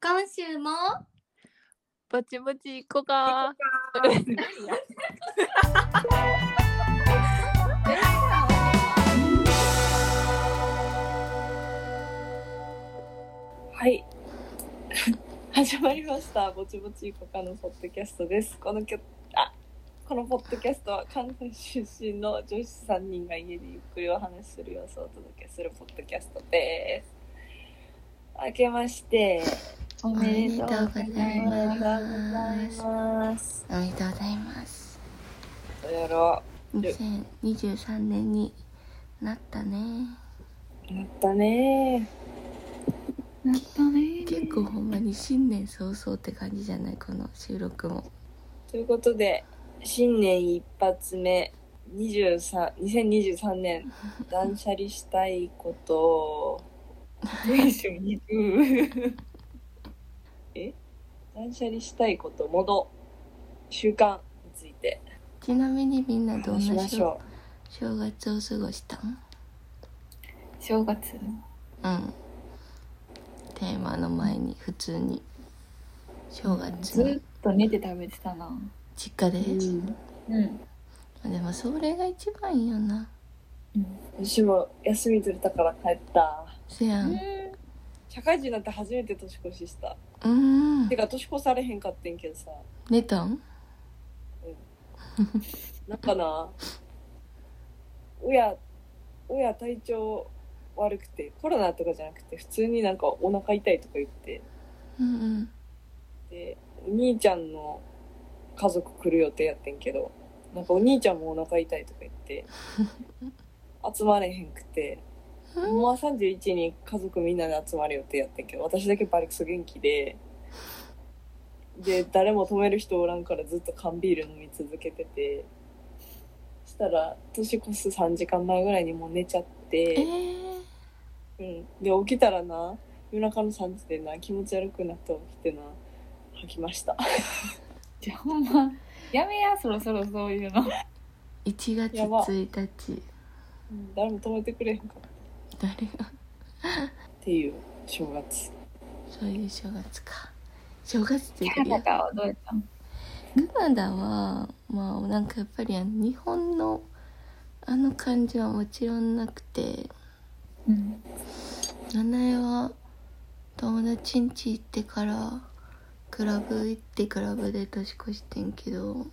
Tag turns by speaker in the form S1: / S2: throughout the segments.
S1: 今週も
S2: ぼちぼち行こうか。
S3: はい。 始まりました。ぼちぼちいこかのポッドキャストです。このきょあこのポッドキャストは関西出身の女子3人が家でゆっくりお話しする様子をお届けするポッドキャストです。明けましておめでとうございます。
S1: おめでとうございます
S3: ます。
S1: おめでとうございます
S3: おやろ
S1: 2023年になったね
S3: う。なったね
S1: 結構ほんまに新年早々って感じじゃないこの収録も
S3: ということで新年一発目23 2023年 断捨離したい こと文章にえ断捨離したいこともど習慣について
S1: ちなみにみんなどん
S3: 話しま
S1: な
S3: しょ
S1: 正月を過ごしたん
S3: う正月
S1: うんテーマの前に普通に正月に
S4: っと寝て食べてたな。
S1: 実家で、
S4: うん。
S1: でもそれが一番よな
S3: 私も休み取れたから帰った
S1: せやんう
S3: 社会人になって初めて年越しした
S1: ーん
S3: てか年越されへんかってんけどさ
S1: 寝たん
S3: なんかな、親、親体調悪くて、コロナとかじゃなくて、普通になんかお腹痛いとか言って、
S1: うんうん
S3: で、お兄ちゃんの家族来る予定やってんけど、なんかお兄ちゃんもお腹痛いとか言って、集まれへんくて、もう31に家族みんなで集まる予定やってんけど、私だけバリクソ元気で、で、誰も止める人おらんからずっと缶ビール飲み続けてて、したら、年越す3時間前ぐらいにもう寝ちゃって、
S1: えー、
S3: うん、で起きたらな夜中の3時でな気持ち悪くなって起きてな吐きました
S4: じゃあほんま、やめや、そろそろそういう の。
S1: 1月
S3: やば
S1: 1日
S3: うん誰も止めてくれへんかったっ
S1: 誰が
S3: ていう正月
S1: そういう正月か正月って
S4: キ
S1: 言
S4: ャ
S1: う
S4: ラ
S1: よ
S4: がどうやったん
S1: カナダはまあなんかやっぱりあの日本のあの感じはもちろんなくて
S4: うん。
S1: 七重は友達ん家行ってからクラブ行ってクラブで年越してんけど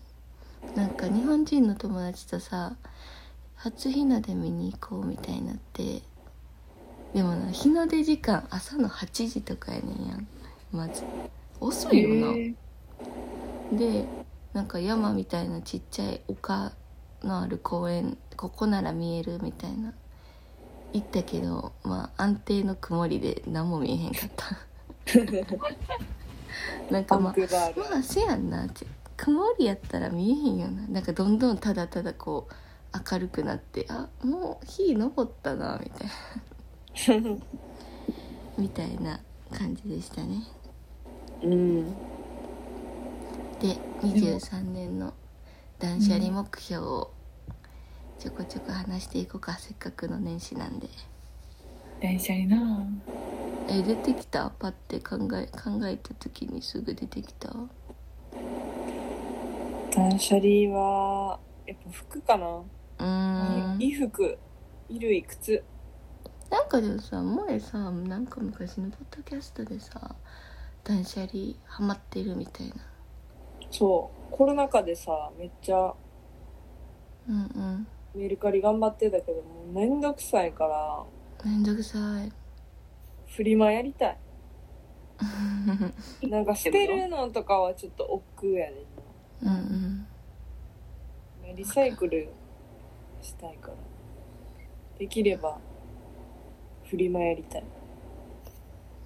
S1: なんか日本人の友達とさ初日の出見に行こうみたいになってでもな日の出時間朝の8時とかやねんやんまず遅いよな、でなんか山みたいなちっちゃい丘のある公園ここなら見えるみたいな行ったけどまあ安定の曇りで何も見えへんかったなんか
S3: バ
S1: ま
S3: ン
S1: あ
S3: クーバール
S1: まあせやんなって曇りやったら見えへんよななんかどんどんただただこう明るくなってあもう日昇ったなみたいなみたいな感じでしたね
S3: うん
S1: で23年の断捨離目標をちょこちょこ話していこうかせっかくの年始なんで
S4: 断捨離な。
S1: え出てきたパッて考え考えた時にすぐ出てきた
S3: 断捨離はやっぱ服かな、
S1: うーん
S3: 衣服衣類靴
S1: なんかでもさ前さなんか昔のポッドキャストでさ断捨離ハマってるみたいな
S3: そうコロナ禍でさめっちゃ
S1: うんうん
S3: メルカリ頑張ってたけどもうめんどくさいから
S1: めんどくさい
S3: フリマやり たいなんか捨てるのとかはちょっと億劫やねんな
S1: うんうん
S3: リサイクルしたいから。できれば、フリマやりたい。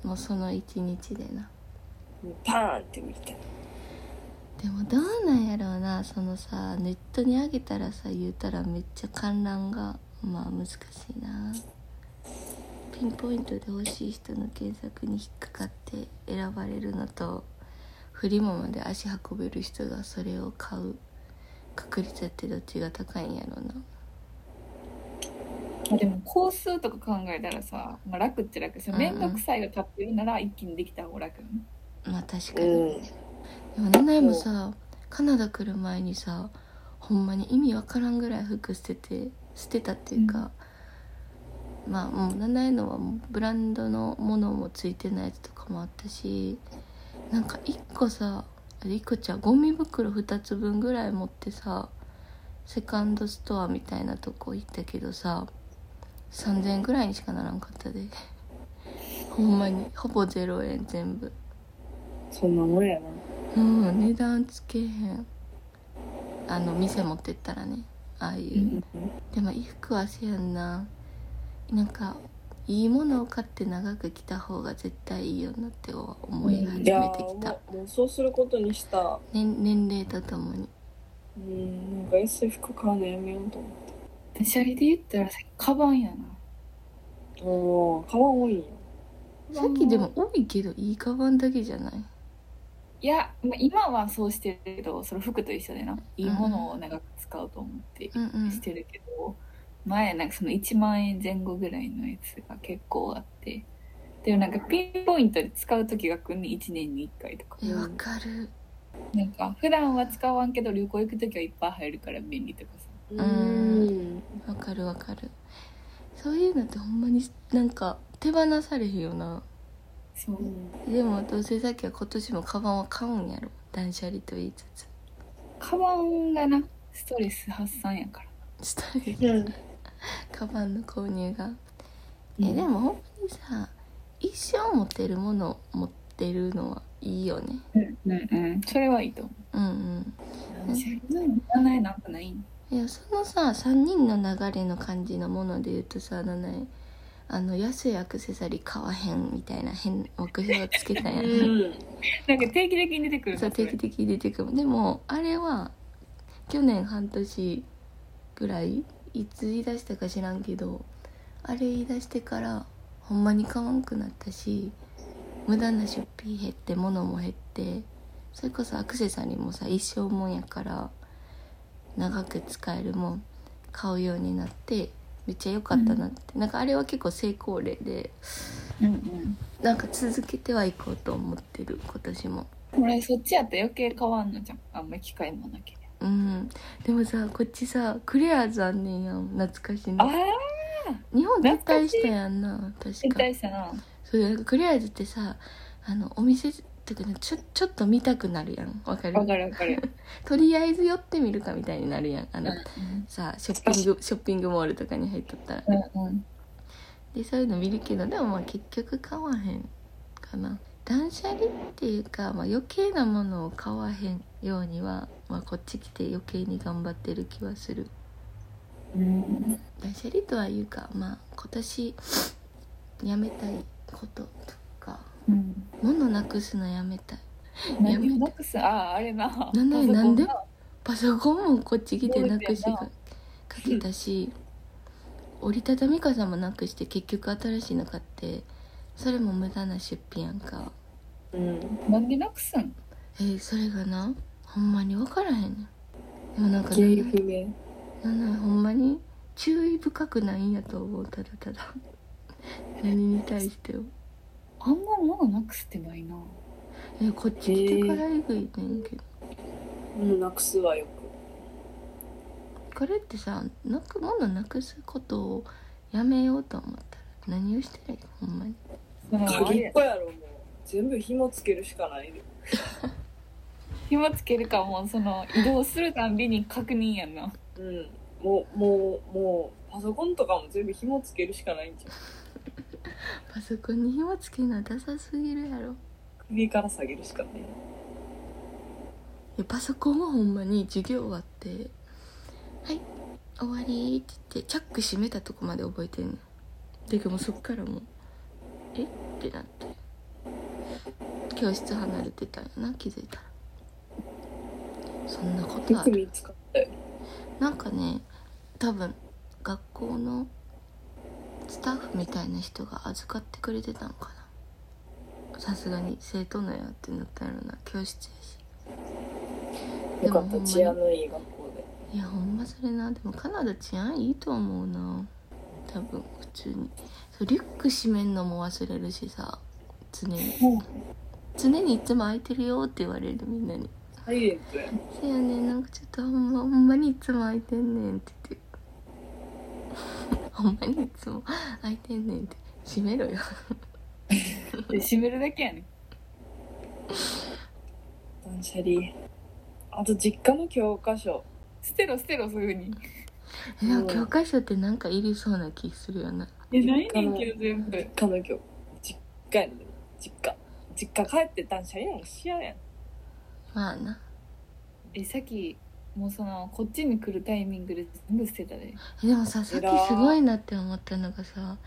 S1: もうその一日でな
S3: もうパーンって売りたい。
S1: でもどうなんやろうなそのさネットに上げたらさ言うたらめっちゃ観覧がまあ難しいなピンポイントで欲しい人の検索に引っかかって選ばれるのとフリマまで足運べる人がそれを買う確率ってどっちが高いんやろうな
S4: まあでも、工数とか考えたらさ、まあ、楽っちゃ楽さ、
S1: うん
S4: めんどくさいが立ってるなら一気にできた方が楽よね。
S1: まあ確か
S3: う
S1: に、
S3: ん
S1: でもナナエもさカナダ来る前にさほんまに意味わからんぐらい服捨てて捨てたっていうか、まあもうナナエのはもうブランドのものもついてないやつとかもあったしなんか1個さ1個ちゃうゴミ袋2つ分ぐらい持ってさセカンドストアみたいなとこ行ったけどさ3000円ぐらいにしかならんかったでほんまにほぼ0円全部
S3: そんなもんやな
S1: うん値段つけへんあの店持ってったらねああいう、でも衣服はせやんななんかいいものを買って長く着た方が絶対いいよなって思い始
S3: いや
S1: めてき
S3: ー
S1: た
S3: もうもうそうすることにした
S1: 年年齢とともに
S3: うんなんか安い服買うのやめようと思って
S4: 私あれで言ったらさカバンやな
S3: おーカバン多いんや
S1: さっきでも多いけどいいカバンだけじゃない
S4: いや、まあ、今はそうしてるけどその服と一緒でないいものを長く使おうと思って
S1: うんうん
S4: してるけど、前なんかその1万円前後ぐらいのやつが結構あってでもなんかピンポイントで使う時が来んね1年に1回とか
S1: えわかる
S4: なんか普段は使わんけど旅行行く時はいっぱい入るから便利とかさ
S3: うん
S1: わかるわかるそういうのってほんまになんか手放されへんよな
S4: そう
S3: うん
S1: でもどうせさっきは今年もカバンは買うんやろ断捨離と言いつつ
S4: カバンがなストレス発散やから
S1: したり
S3: うん
S1: カバンの購入が、えでもほんまにさ一生持ってるものを持ってるのはいいよね
S4: うんうんそれはいいと思
S1: うん
S4: う私そんないなんかない
S1: うんいやそのさ3人の流れの感じのもので言うとさ七重あの安いアクセサリー買わへんみたいな変目標をつけたんやな
S4: なんか定期的に出てくる
S1: そう
S4: なそれ
S1: 定期的に出てくるでもあれは去年半年ぐらいいつ言い出したか知らんけどあれ言い出してからほんまに買わんくなったし無駄な出費減って物も減ってそれこそアクセサリーもさ一生もんやから長く使えるもん買うようになってめっちゃ良かったなって、なんかあれは結構成功例で
S4: うんうん
S1: なんか続けてはいこうと思ってる今年も。
S4: 俺そっちやったら余計変わんのじゃんあんまり機会もなければ
S1: うん、でもさこっちさクレアーズあんねんやん懐かしい
S4: あ
S1: の
S4: あ
S1: 日本撤退したやんな確
S4: 絶
S1: か
S4: 対したな
S1: そうなんかクレアーズってさあのお店とかねちょちょっと見たくなるやんわかる
S4: わかるわかる
S1: とりあえず寄ってみるかみたいになるやんあの、さショッピングショッピングモールとかに入っとったら
S4: うんうん
S1: でそういうの見るけどでもまあ結局買わへんかな断捨離っていうか、まあ、余計なものを買わへんようには、まあ、こっち来て余計に頑張ってる気はする
S4: うん
S1: 断捨離とはいうかまあ今年やめたいこととか
S4: うん
S1: 物なくすのやめたい
S4: 何をなくすあああれな
S1: なんで
S4: パソコンな
S1: なんでパソコンもこっち来てなくし
S4: そう
S1: か
S4: やな
S1: かけたし折りたたみ傘もなくして結局新しいの買ってそれも無駄な出費やんか
S3: うん
S4: なんでなくすん
S1: えーそれがなほんまに分からへんねんでもなんか
S3: 原因不明
S1: なんだほんまに注意深くないんやと思うただただ 何に対しても
S4: あんま物なくすってないな
S1: えこっち来てからえぐいねんけど
S3: うんなくすわよ
S1: これってさなく物なくすことをやめようと思ったら何をしたらいいのほんまに
S4: その
S3: く
S4: あ
S3: 鍵
S4: れ
S3: っ子やろもう全部紐つけるしかないで
S4: 紐つけるかもその移動するたんびに確認やん な
S3: うんもうもうもうパソコンとかも全部紐つけるしかないんじゃん
S1: パソコンに紐つけるのはダサすぎるやろい
S3: 首から下げるしかない
S1: やパソコンはほんまに授業終わって「はい終わり」って言ってチャック閉めたとこまで覚えてんのでもうそっからもう「えっ?」てなって教室離れてたんやな気づいたらそんなこと
S3: よ
S1: あ
S3: く
S1: る
S3: 見つかったよ
S1: なんかね多分学校のスタッフみたいな人が預かってくれてたのかなさすがに生徒のやってなったんやろな教室やし
S3: よかっ
S1: でもほんま
S3: た
S1: に
S3: 治安のいい学校で
S1: いやほんまそれなでもカナダ治安いいと思うな多分普通にそうリュック閉めんのも忘れるしさ常に
S4: うん
S1: 常常にいつも空いてるよって言われるみんなに
S3: サイレントやん。
S1: 「せやねんなんかちょっとほんまほんまにいつも空いてんねん」って言って「 ほんまにいつも空いてんねん」って閉め ろよ
S4: で閉めるだけやねん
S3: 断捨離。あと、実家の教科書。
S4: 捨てろ捨てろそういうふうに
S1: えでも教科書ってなんかいりそうな気するよな
S4: えないねんけど全部
S3: 実家の教実家やねん。実家。実家帰って断捨離なんかしやうやん。
S1: まあな
S4: えさっきもうそのこっちに来るタイミングで全部捨てたで
S1: えでもささっきすごいなって思ったのがさ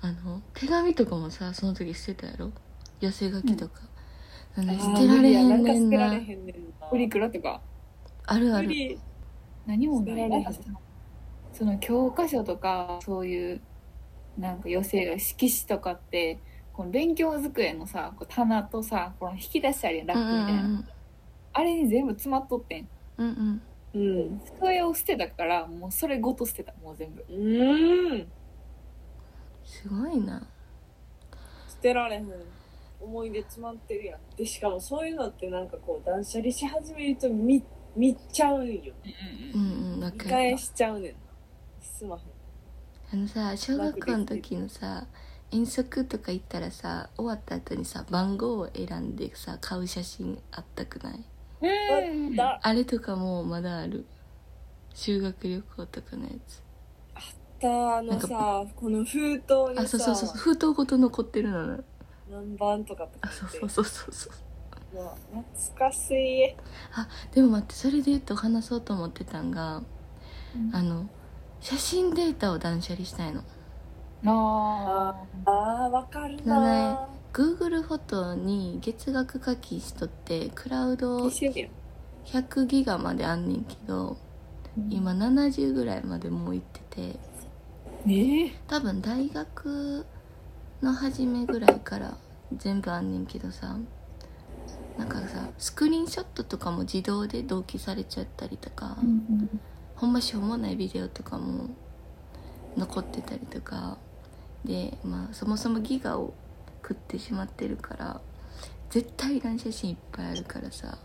S1: あの手紙とかもさその時捨てたやろ寄せ書きとか、なんで捨てられへんねんな
S3: 無理やなんか捨てられへんねんな。
S4: プリクラとか
S1: あるあ
S3: 無
S1: る
S3: 理
S4: 何もな
S3: 捨てら
S4: い
S3: れへん
S4: なんかそのその教科書とかそういうなんか寄せが色紙とかってこの勉強机のさこう棚とさこの引き出しあるやんラ
S1: うん
S4: ッ
S1: う
S4: クみたいな、
S1: ん
S4: あれに全部詰まっとってん
S1: うんうん
S3: うん。
S4: それを捨てたからもうそれごと捨てたもう全部
S3: うーん。
S1: すごいな
S3: 捨てられへん思い出詰まってるやんでしかもそういうのってなんかこう断捨離し始めると見見ちゃうんよ
S1: う
S4: うん
S1: うんわ
S3: 見
S1: か
S3: 返
S1: る
S3: しちゃうねんなすまへん
S1: あのさ小学校の時のさ遠足とか行ったらさ終わった後にさ番号を選んでさ買う写真あったくない
S4: んうん
S3: だ
S1: あれとかもうまだある修学旅行とかのやつ
S3: だあのさこの封筒
S1: あ
S3: に
S1: そうそう
S3: さ
S1: そう封筒ごと残ってるのな
S3: 何番とかって
S1: あそう
S3: 書い
S1: そうそ
S3: て
S1: うそうそう
S3: うわ懐かしい
S1: でも待ってそれで言うと話そうと思ってたんがあの写真データを断捨離したいの
S4: あ
S3: あーわかる
S1: な
S3: な
S1: Google フォトに月額課金しとってクラウド
S3: 一緒やん
S1: 100ギガまであんねんけど
S4: ー
S1: 今70ぐらいまでもう行ってて
S4: ねえ
S1: 多分大学の初めぐらいから全部あんねんけどさなんかさスクリーンショットとかも自動で同期されちゃったりとか、ほんましょうもないビデオとかも残ってたりとかで、まあ、そもそもギガを食ってしまってるから絶対いらん写真いっぱいあるからさ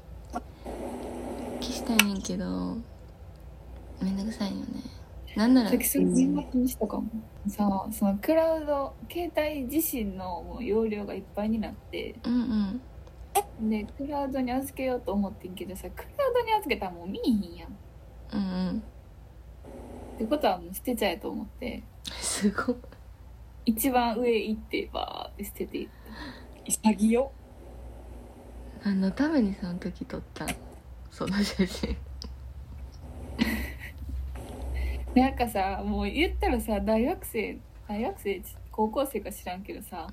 S1: 消したいねんけどめんどくさいよねなんなら
S4: さっきそれ年末にしたかも、さあそのクラウド携帯自身のもう容量がいっぱいになって
S1: うんうん
S4: でクラウドに預けようと思ってんけどさクラウドに預けたらもう見えへんやんっ
S1: うんうん
S4: てことはもう捨てちゃえと思って
S1: すごい
S4: 一番上行ってバーって捨てていっ
S3: 潔っ
S1: 何のためにその時撮ったんその写真
S4: たなんかさもう言ったらさ大学生大学生ち高校生か知らんけどさ、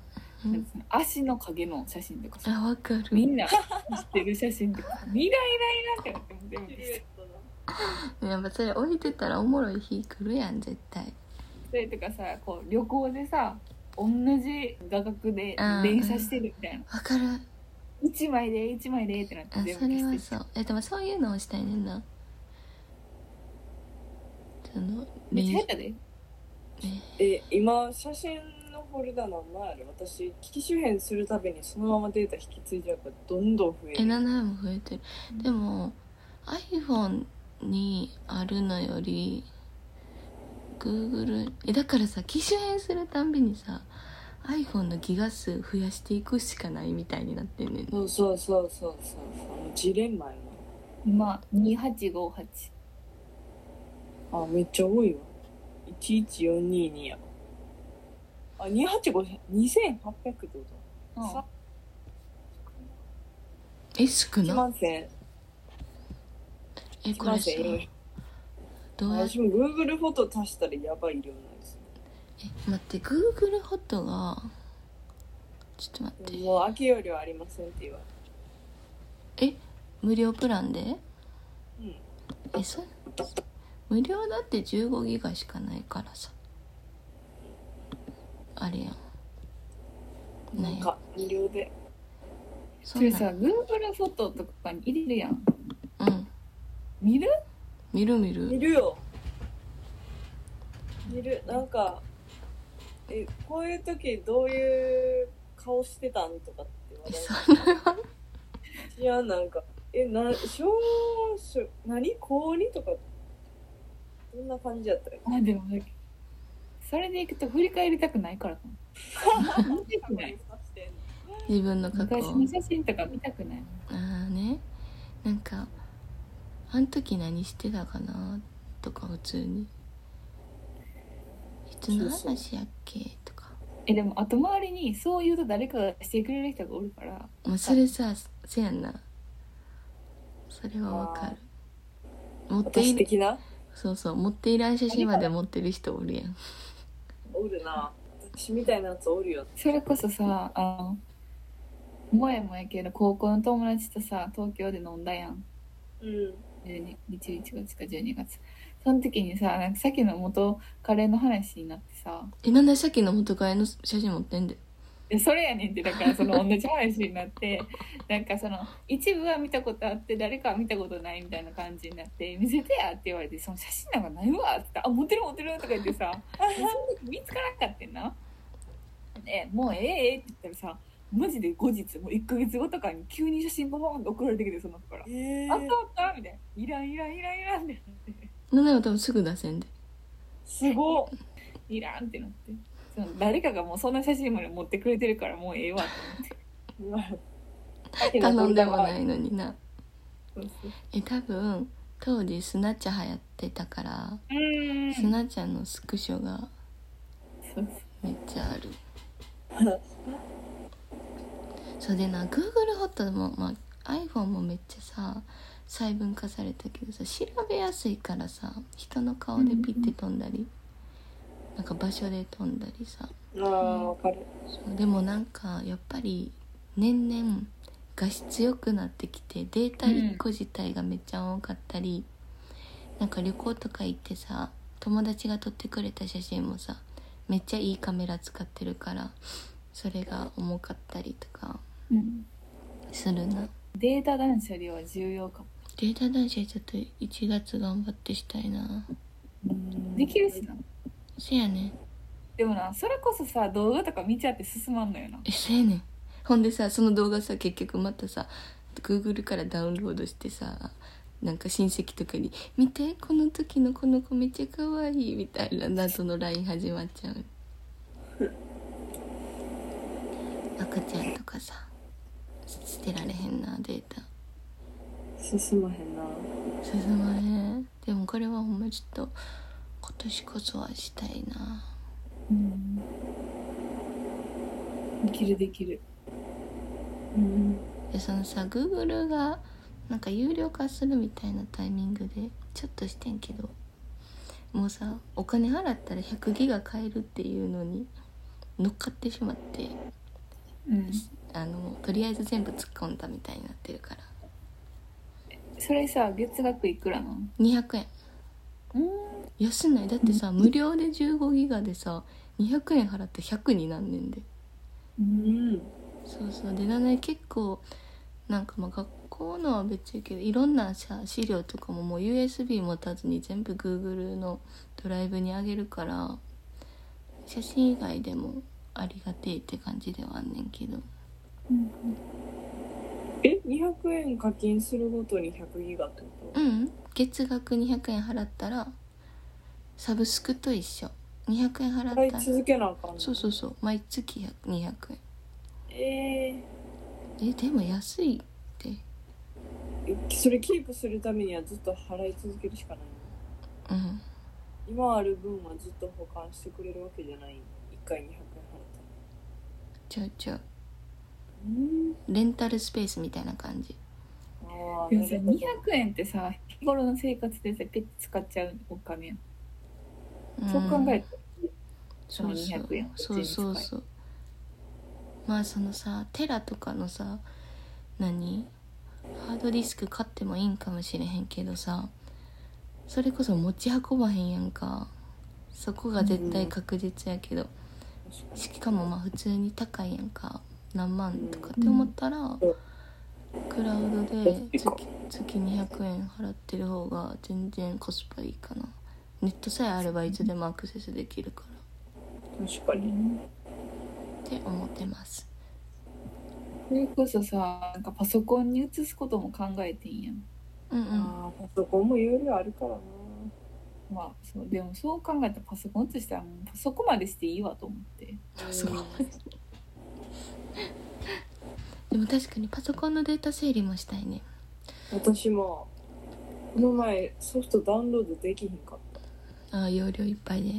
S1: うん
S4: なんかその足の影の写真とかさ
S1: あわかる
S4: みんな知ってる写真と か未来ないなって思って全部捨てて
S1: やっぱそれ置いてたらおもろい日来るやん絶対
S4: それとかさこう旅行でさ同じ画角で連写してるみたいな
S1: わかる
S4: 一枚で一枚でってなっ
S1: あ
S4: て
S1: それは
S4: し
S1: そ
S4: て
S1: うえでもそういうのをしたいねんなその
S4: めっちゃ
S1: 練
S4: 入
S1: 習
S4: ったで
S3: え今写真のフォルダ何枚ある私機種変するたびにそのままデータ引き継いじゃうからどんどん増え
S1: え
S3: る
S1: 7も増えてるでも iPhone にあるのより Google えだからさ機種変するたんびにさ iPhone のギガ数増やしていくしかないみたいになってんねんな
S3: そうそうそうそうそうそうもうジレンマや
S4: まあ2858
S3: なあめっちゃ多いわ11422やあ2850 2800ってこ
S4: う
S3: とさ
S1: え少
S3: 1
S1: な
S3: 万1000
S1: え
S3: 1
S1: こ
S3: 万
S1: れさ
S3: 1000円
S1: どうやっ
S3: 私も Google フォト足したらやばい量なんです
S1: え待って Google ホットがちょっと待って
S3: よもう秋よりはありませんって言わ
S1: 無料プランで
S3: れる
S1: えそう無料だって15ギガしかないからさあれやん
S3: うんな
S1: ね
S3: んか無料で
S1: そ
S4: そ
S1: ん
S4: れ
S1: な
S4: さ Google フォトとかに入れるやん
S1: うん
S4: 見る
S1: 見る見る
S3: いるよいるなんかえこういう時どういう顔してたんとかって
S1: え
S3: 話題
S1: それは
S3: やなんかえな小小何高2とかどんな感じやったら
S4: あでもそれでいくと振り返りたくないからかも見たくない
S1: 自分の過去
S4: 昔の写真とか見たくない
S1: ああねなんかあの時何してたかなとか普通にいつの
S3: そう
S1: 話やっけとか
S4: えでも後回りにそう言うと誰かがしてくれる人がおるから
S1: もうそれさせやんなそれはわかる持って
S3: 私
S1: いる
S3: 的な
S1: そうそう持っていない写真まで持ってる人おるやん
S3: おるな私みたいなやつおるよ
S4: それこそさあの前もやけど高校の友達とさ東京で飲んだやん
S3: うん
S4: 12 11月か12月その時にさなんかさっきの元カレーの話になってさ
S1: えなんでさっきの元カレの写真持ってんだよ
S4: いやそれやねんってだからその同じ話になって なんかその一部は見たことあって誰かは見たことないみたいな感じになって「見せてや」って言われて「その写真なんかないわ」って言って「あ持ってる持ってる」とか言ってさ その時見つからんかってんな。でもうええええって言ったらさマジで後日もう1ヶ月後とかに急に写真ババーンと送られてきてその子から「
S3: え
S4: あったあった」みたいな「いらんいらんいらんいらん」ってなって
S1: なんなら多分すぐ出せんです
S3: ごっ
S4: 「いらん」ってなってその誰かがもうそんな写真まで持ってくれてるからもうええわっ て
S1: 頼んでもないのにな
S4: そうそう
S1: え多分当時スナチャ流行ってたから
S4: うん
S1: スナチャのスクショが
S4: そうそう
S1: めっちゃあるそうでな Google ホットも、まあ、iPhone もめっちゃさ細分化されたけどさ調べやすいからさ人の顔でピッて飛んだり、なんか場所で飛んだりさ
S3: ああわかる
S1: そうでもなんかやっぱり年々画質良くなってきてデータ1個自体がめっちゃ多かったり、なんか旅行とか行ってさ友達が撮ってくれた写真もさめっちゃいいカメラ使ってるからそれが重かったりとか
S4: うん
S1: するな
S4: データ断捨離は重要かも、
S1: データ断捨離ちょっと1月頑張ってしたいな
S4: できるしな
S1: せやねん
S4: でもなそれこそさ動画とか見ちゃって進まんのよな
S1: えせやねんほんでさその動画さ結局またさ Google からダウンロードしてさなんか親戚とかに「見てこの時のこの子めっちゃ可愛いみたいな謎の LINE 始まっちゃう赤ちゃんとかさ捨てられへんなデータ
S3: 進まへんな
S1: 進まへんでもこれはほんまちょっと今年こそはしたいな
S4: うんできるできる
S3: うん
S1: でそのさ Google がなんか有料化するみたいなタイミングでちょっとしてんけどもうさお金払ったら100ギガ買えるっていうのに乗っかってしまって
S4: うん
S1: あのとりあえず全部突っ込んだみたいになってるから
S4: それさ月額いくらなの
S1: 200円
S4: うん
S1: 安ないだってさ無料で15ギガでさ200円払って100になんねんで
S3: うん
S1: そうそうでだね結構なんかまあ学校のは別やけどいろんなさ資料とかももう USB 持たずに全部 Google のドライブにあげるから写真以外でもありがてえって感じではあんねんけど
S3: え200円課金するごとに100ギガってこ
S1: う
S3: と
S1: うん月額200円払ったらサブスクと一緒200円払
S3: 払い
S1: ったら
S3: 続けなあかんの
S1: そうそうそう毎月100 200円
S3: えー
S1: えでも安いって
S3: えそれキープするためにはずっと払い続けるしかない
S1: うん
S3: 今ある分はずっと保管してくれるわけじゃない1回200円払っ
S1: ち
S3: たら
S1: ょいちょい
S3: うん
S1: レンタルスペースみたいな感じ
S3: ああ
S4: でもさ
S3: なるほ
S4: 200
S3: ど
S4: 円ってさ日頃の生活でさペッて使っちゃうお金やんそう考えるとその200円を
S1: そうそうそうまあそのさテラとかのさ何ハードディスク買ってもいいんかもしれへんけどさそれこそ持ち運ばへんやんかそこが絶対確実やけど、しかもまあ普通に高いやんか何万とかって思ったら、クラウドで月月200円払ってる方が全然コスパいいかなネットさえあればいつでもアクセスできるから
S3: 確かに
S1: って思ってます
S4: それこそさなんかパソコンに移すことも考えてんやん
S1: うんうん
S3: ああ、パソコンもいろいろあるからな。
S4: まあそうでもそう考えたらパソコン移したらもうそこまでしていいわと思って
S1: パソコンでも確かにパソコンのデータ整理もしたいね
S3: 私も、この前ソフトダウンロードできひんかった。
S1: ああ容量いっぱいで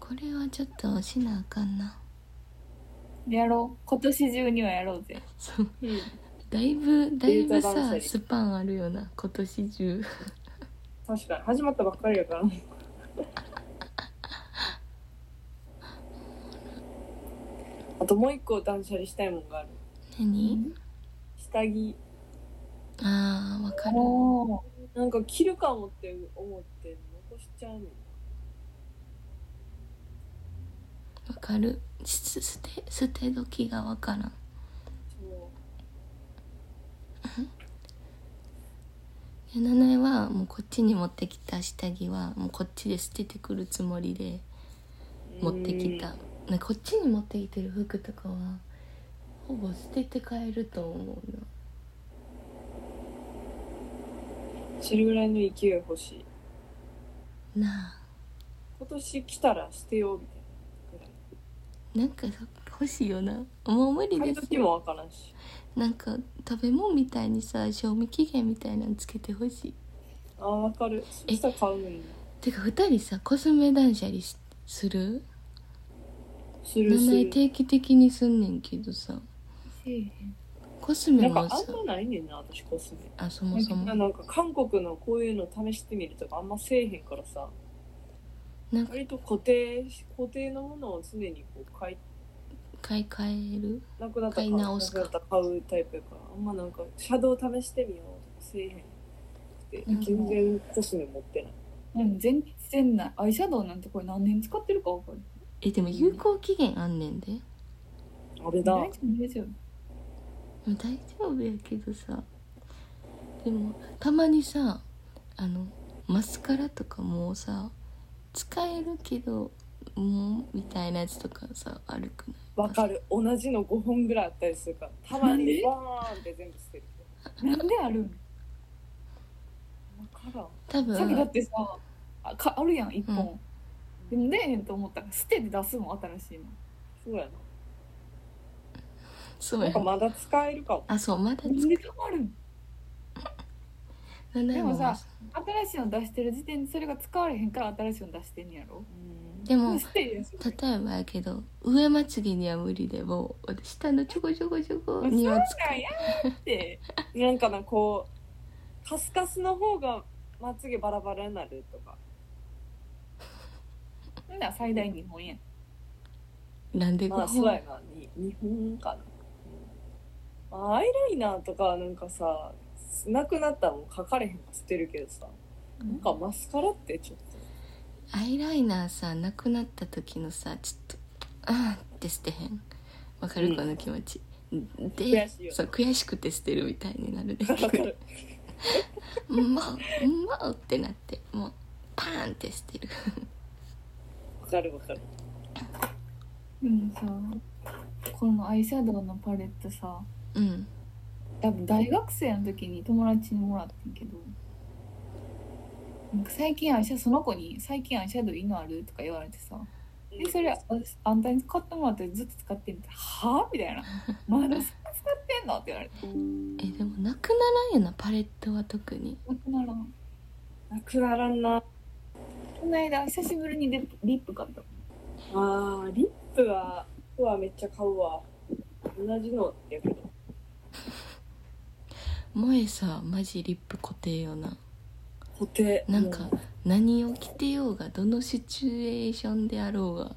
S1: これはちょっとしなあかんな
S4: やろう今年中にはやろうぜ
S1: そう
S3: うん。
S1: だいぶだいぶ
S3: データ断捨
S1: さ
S3: 離
S1: スパンあるよな今年中
S3: 確かに、始まったばっかりやから。あともう一個断捨離したいもんがある。
S1: 何
S3: 下着。
S1: ああわかる
S4: おー
S3: なんか着るかもって思って残しちゃうねん。
S1: わかるす捨て捨て時がわからん
S3: そう
S1: え七重はもうこっちに持ってきた下着はもうこっちで捨ててくるつもりで持ってきたなんかこっちに持ってきてる服とかはほぼ捨てて帰ると思うな
S3: それぐらいの勢い欲しい
S1: な
S3: 今年来たら捨てようみたいなぐらい
S1: あなんか欲しいよなもう無理
S3: 買い
S1: です
S3: 時もわからんし
S1: なんか食べ物みたいにさ賞味期限みたいなのつけてほしい
S3: あーわかるそしたら買うのに
S1: てか二人さコスメ断捨離しする
S3: するす
S1: 七重
S3: る
S1: 定期的にすんねんけどさ
S4: せえへん
S1: コス
S3: な
S1: メ
S3: ん
S1: も
S3: か
S1: さ
S3: あんまないねんな私コスメ
S1: あそもそも
S3: なんか韓国のこういうの試してみるとかあんませえへんからさ
S1: なんか
S3: 割と固定し固定のものを常にこう買い
S1: 買い替える
S3: なくなった
S1: 買
S3: ら
S1: い直すか
S3: なくなったら買うタイプやからあんまなんかシャドウ試してみようとかせえへんくて全然コスメ持ってない
S4: うん全然ないアイシャドウなんてこれ何年使ってるか分かる
S1: えでも有効期限あんねんで
S3: あれだ
S4: 大丈夫大丈夫
S1: 大丈夫やけどさでもたまにさあのマスカラとかもうさ使えるけどもうみたいなやつとかさ悪くない
S3: わかる同じの5本ぐらいあったりするからたまにボーンって全部捨てる
S4: なんであるん
S3: わからん
S1: 多
S4: さっきだっ
S1: 分
S4: てさあかあるやん一
S1: う
S4: 本、でも出えへんと思ったら捨てて出すもん新しいの
S3: そうや
S1: そう
S3: な
S1: や
S3: なんかまだ使えるかも
S1: あそうまだ
S4: なんで止まるん
S1: 使ない
S4: でもさ
S1: さ
S4: 新しいの出してる時点でそれが使われへんから新しいの出してんねやろ
S1: でも
S4: 捨てるやつ
S1: 例えばやけど上まつげには無理でも下のちょこちょこちょこには使
S4: なんやーって
S3: なんかなこうカスカスの方がまつげバラバラになるとか
S4: ほんなら最大2本やん
S1: うなんで
S3: まあ
S1: こ
S3: そうやなに2本かなまあアイライナーとかなんかさなくなったらもう書かれへんから捨てるけどさなんかマスカラってちょっと
S1: アイライナーさなくなった時のさちょっとあーって捨てへんわかる、
S3: うん
S1: この気持ちで
S3: 悔しいよ
S1: そう悔しくて捨てるみたいにな るね
S3: わかる
S1: もうもうってなってもうパーンって捨てる
S3: わかるわかる
S4: でもさこのアイシャドウのパレットさ
S1: うん
S4: 多分大学生の時に友達にもらってんけどなんか最近アイシャその子に「最近アイシャドウいいのある?」とか言われてさでそれ私あんたに買ってもらってずっと使ってみたいなはあ?」みたいな 「まだそんな使ってんの?」って言われて
S1: えでもなくならんよなパレットは特に
S4: なくならん
S3: なくならんな
S4: この間久しぶりにリップリップ買った
S3: あーリップはリップはめっちゃ買うわ同じのやけど
S1: 萌えさマジリップ固定よな
S3: 固定
S1: なんか何を着てようがどのシチュエーションであろうが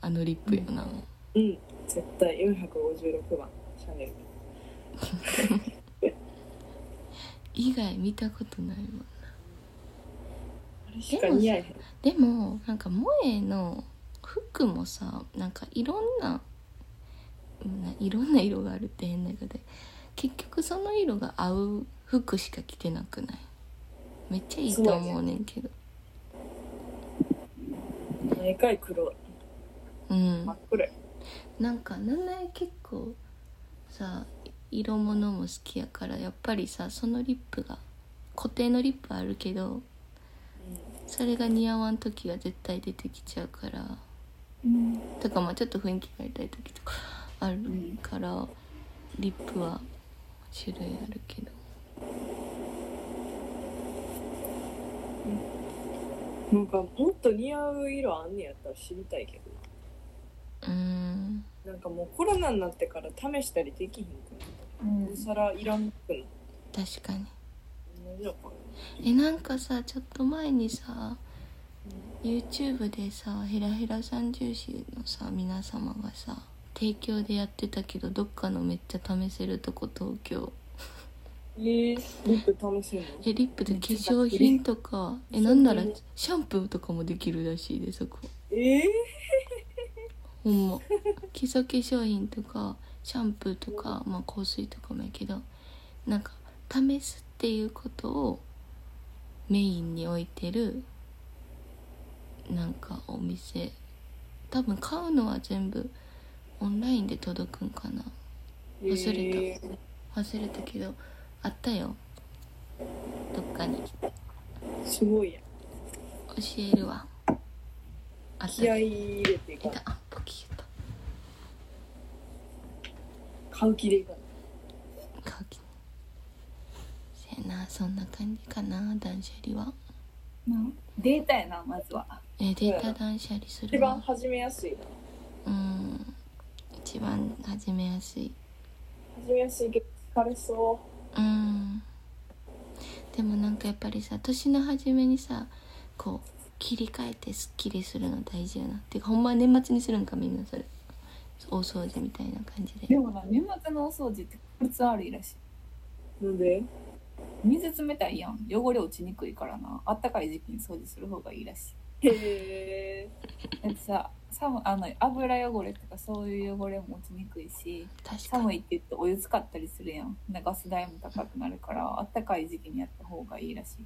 S1: あのリップよな、
S3: うん、うん絶対456番シャネル
S1: 以外見たことないわ
S3: あれしか似合えへん
S1: でもなんか萌えの服もさなんかいろんなうんないろんな色があるって変な言い方で結局その色が合う服しか着てなくないめっちゃいいと思うねんけど
S3: 毎回黒い
S1: うん
S3: 真っ黒い
S1: なんかなんなんや結構さ色物も好きやからやっぱりさそのリップが固定のリップあるけどそれが似合わん時は絶対出てきちゃうから
S4: うん
S1: とかまあちょっと雰囲気変えたい時とかあるから、リップは種類あるけど
S3: なんかもっと似合う色あんねやったら知りたいけ
S1: うーん
S3: どなんかもうコロナになってから試したりできひんくなった
S4: うん
S3: お皿いらんくなっ
S1: 確かに
S3: た同じのかな
S1: えなんかさちょっと前にさ YouTube でさ「ヘラヘラ三重士」のさ皆様がさ提供でやってたけどどっかのめっちゃ試せるとこ東京
S3: えー、リップ試せんの
S1: えリップで化粧品とかえなんならシャンプーとかもできるらしいでそこ
S3: ええ
S1: ほんま基礎化粧品とかシャンプーとか、まあ、香水とかもやけどなんか試すっていうことをメインに置いてるなんかお店多分買うのは全部オンラインで届くんかな忘れ
S3: た、
S1: 忘れたけどあったよどっかに
S3: すごいやん
S1: 教えるわあった
S3: 気合
S1: い
S3: い入れていかな
S1: たあポキ言った
S3: 買う気でいかな
S1: 乾きせやなそんな感じかな断捨離は
S4: なデータやなまずは
S1: えデータ断捨離す
S3: 一
S1: る
S3: 番
S1: わ
S3: 始めやすいな
S1: うん一番始めやすい
S3: 始めやすいけど疲れそ
S1: うんでもなんかやっぱりさ年の初めにさこう切り替えてすっきりするの大事やなっていうかほんまは年末にするんかみんなそれ大掃除みたいな感じ
S4: で
S1: で
S4: もな年末のお掃除って効率悪いらしいう
S3: なんで
S4: 水冷たいやん汚れ落ちにくいからなあったかい時期に掃除する方がいいらし
S3: へえ
S4: いだってさ寒あの油汚れとかそういう汚れも落ちにくいし
S1: 確か
S4: 寒い
S1: に
S4: って言ってお湯使ったりするやんなんかガス代も高くなるからあったかい時期にやった方がいいらしい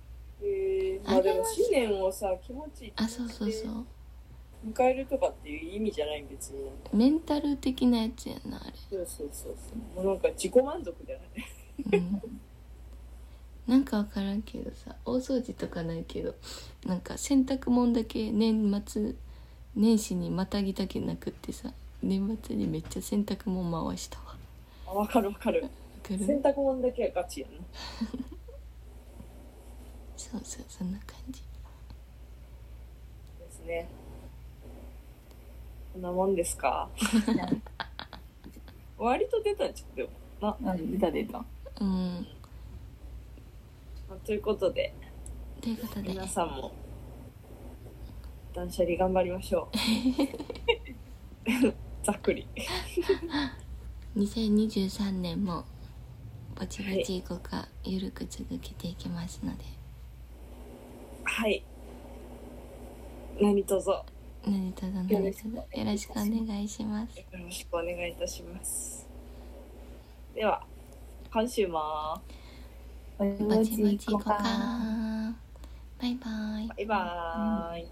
S3: えー、まあでも新年をさ気持ちいい
S1: あそうそうそう
S3: 迎えるとかっていう意味じゃない別に
S1: メンタル的なやつやなあれ
S3: そうそうそうそうもうなんか自己満足じゃない
S1: うんなんか分からんけどさ大掃除とかないけどなんか洗濯物だけ年末年始にまたぎたけなくってさ年末にめっちゃ洗濯物回したわわ
S3: あ分かる分かる
S1: か
S3: 洗
S1: る
S3: 濯物だけはガチやな
S1: そうそうそんな感じ
S3: ですねこんなもんですか割と出たんちゃうでも、
S4: なん出た出た
S1: うん
S3: まあということで
S1: ということで
S3: 皆さんも断捨離頑張りましょう ざっくり
S1: 2023年もぼちぼちいこうかゆるく続けていきますので
S3: はい何卒よ
S1: 何とぞ何とぞよろしくお願いします
S3: ろしくお願いいたしますでは今週も
S4: ぼち
S1: ぼちぼちい
S4: 行
S1: こうかバイバイ
S3: バイバーイ、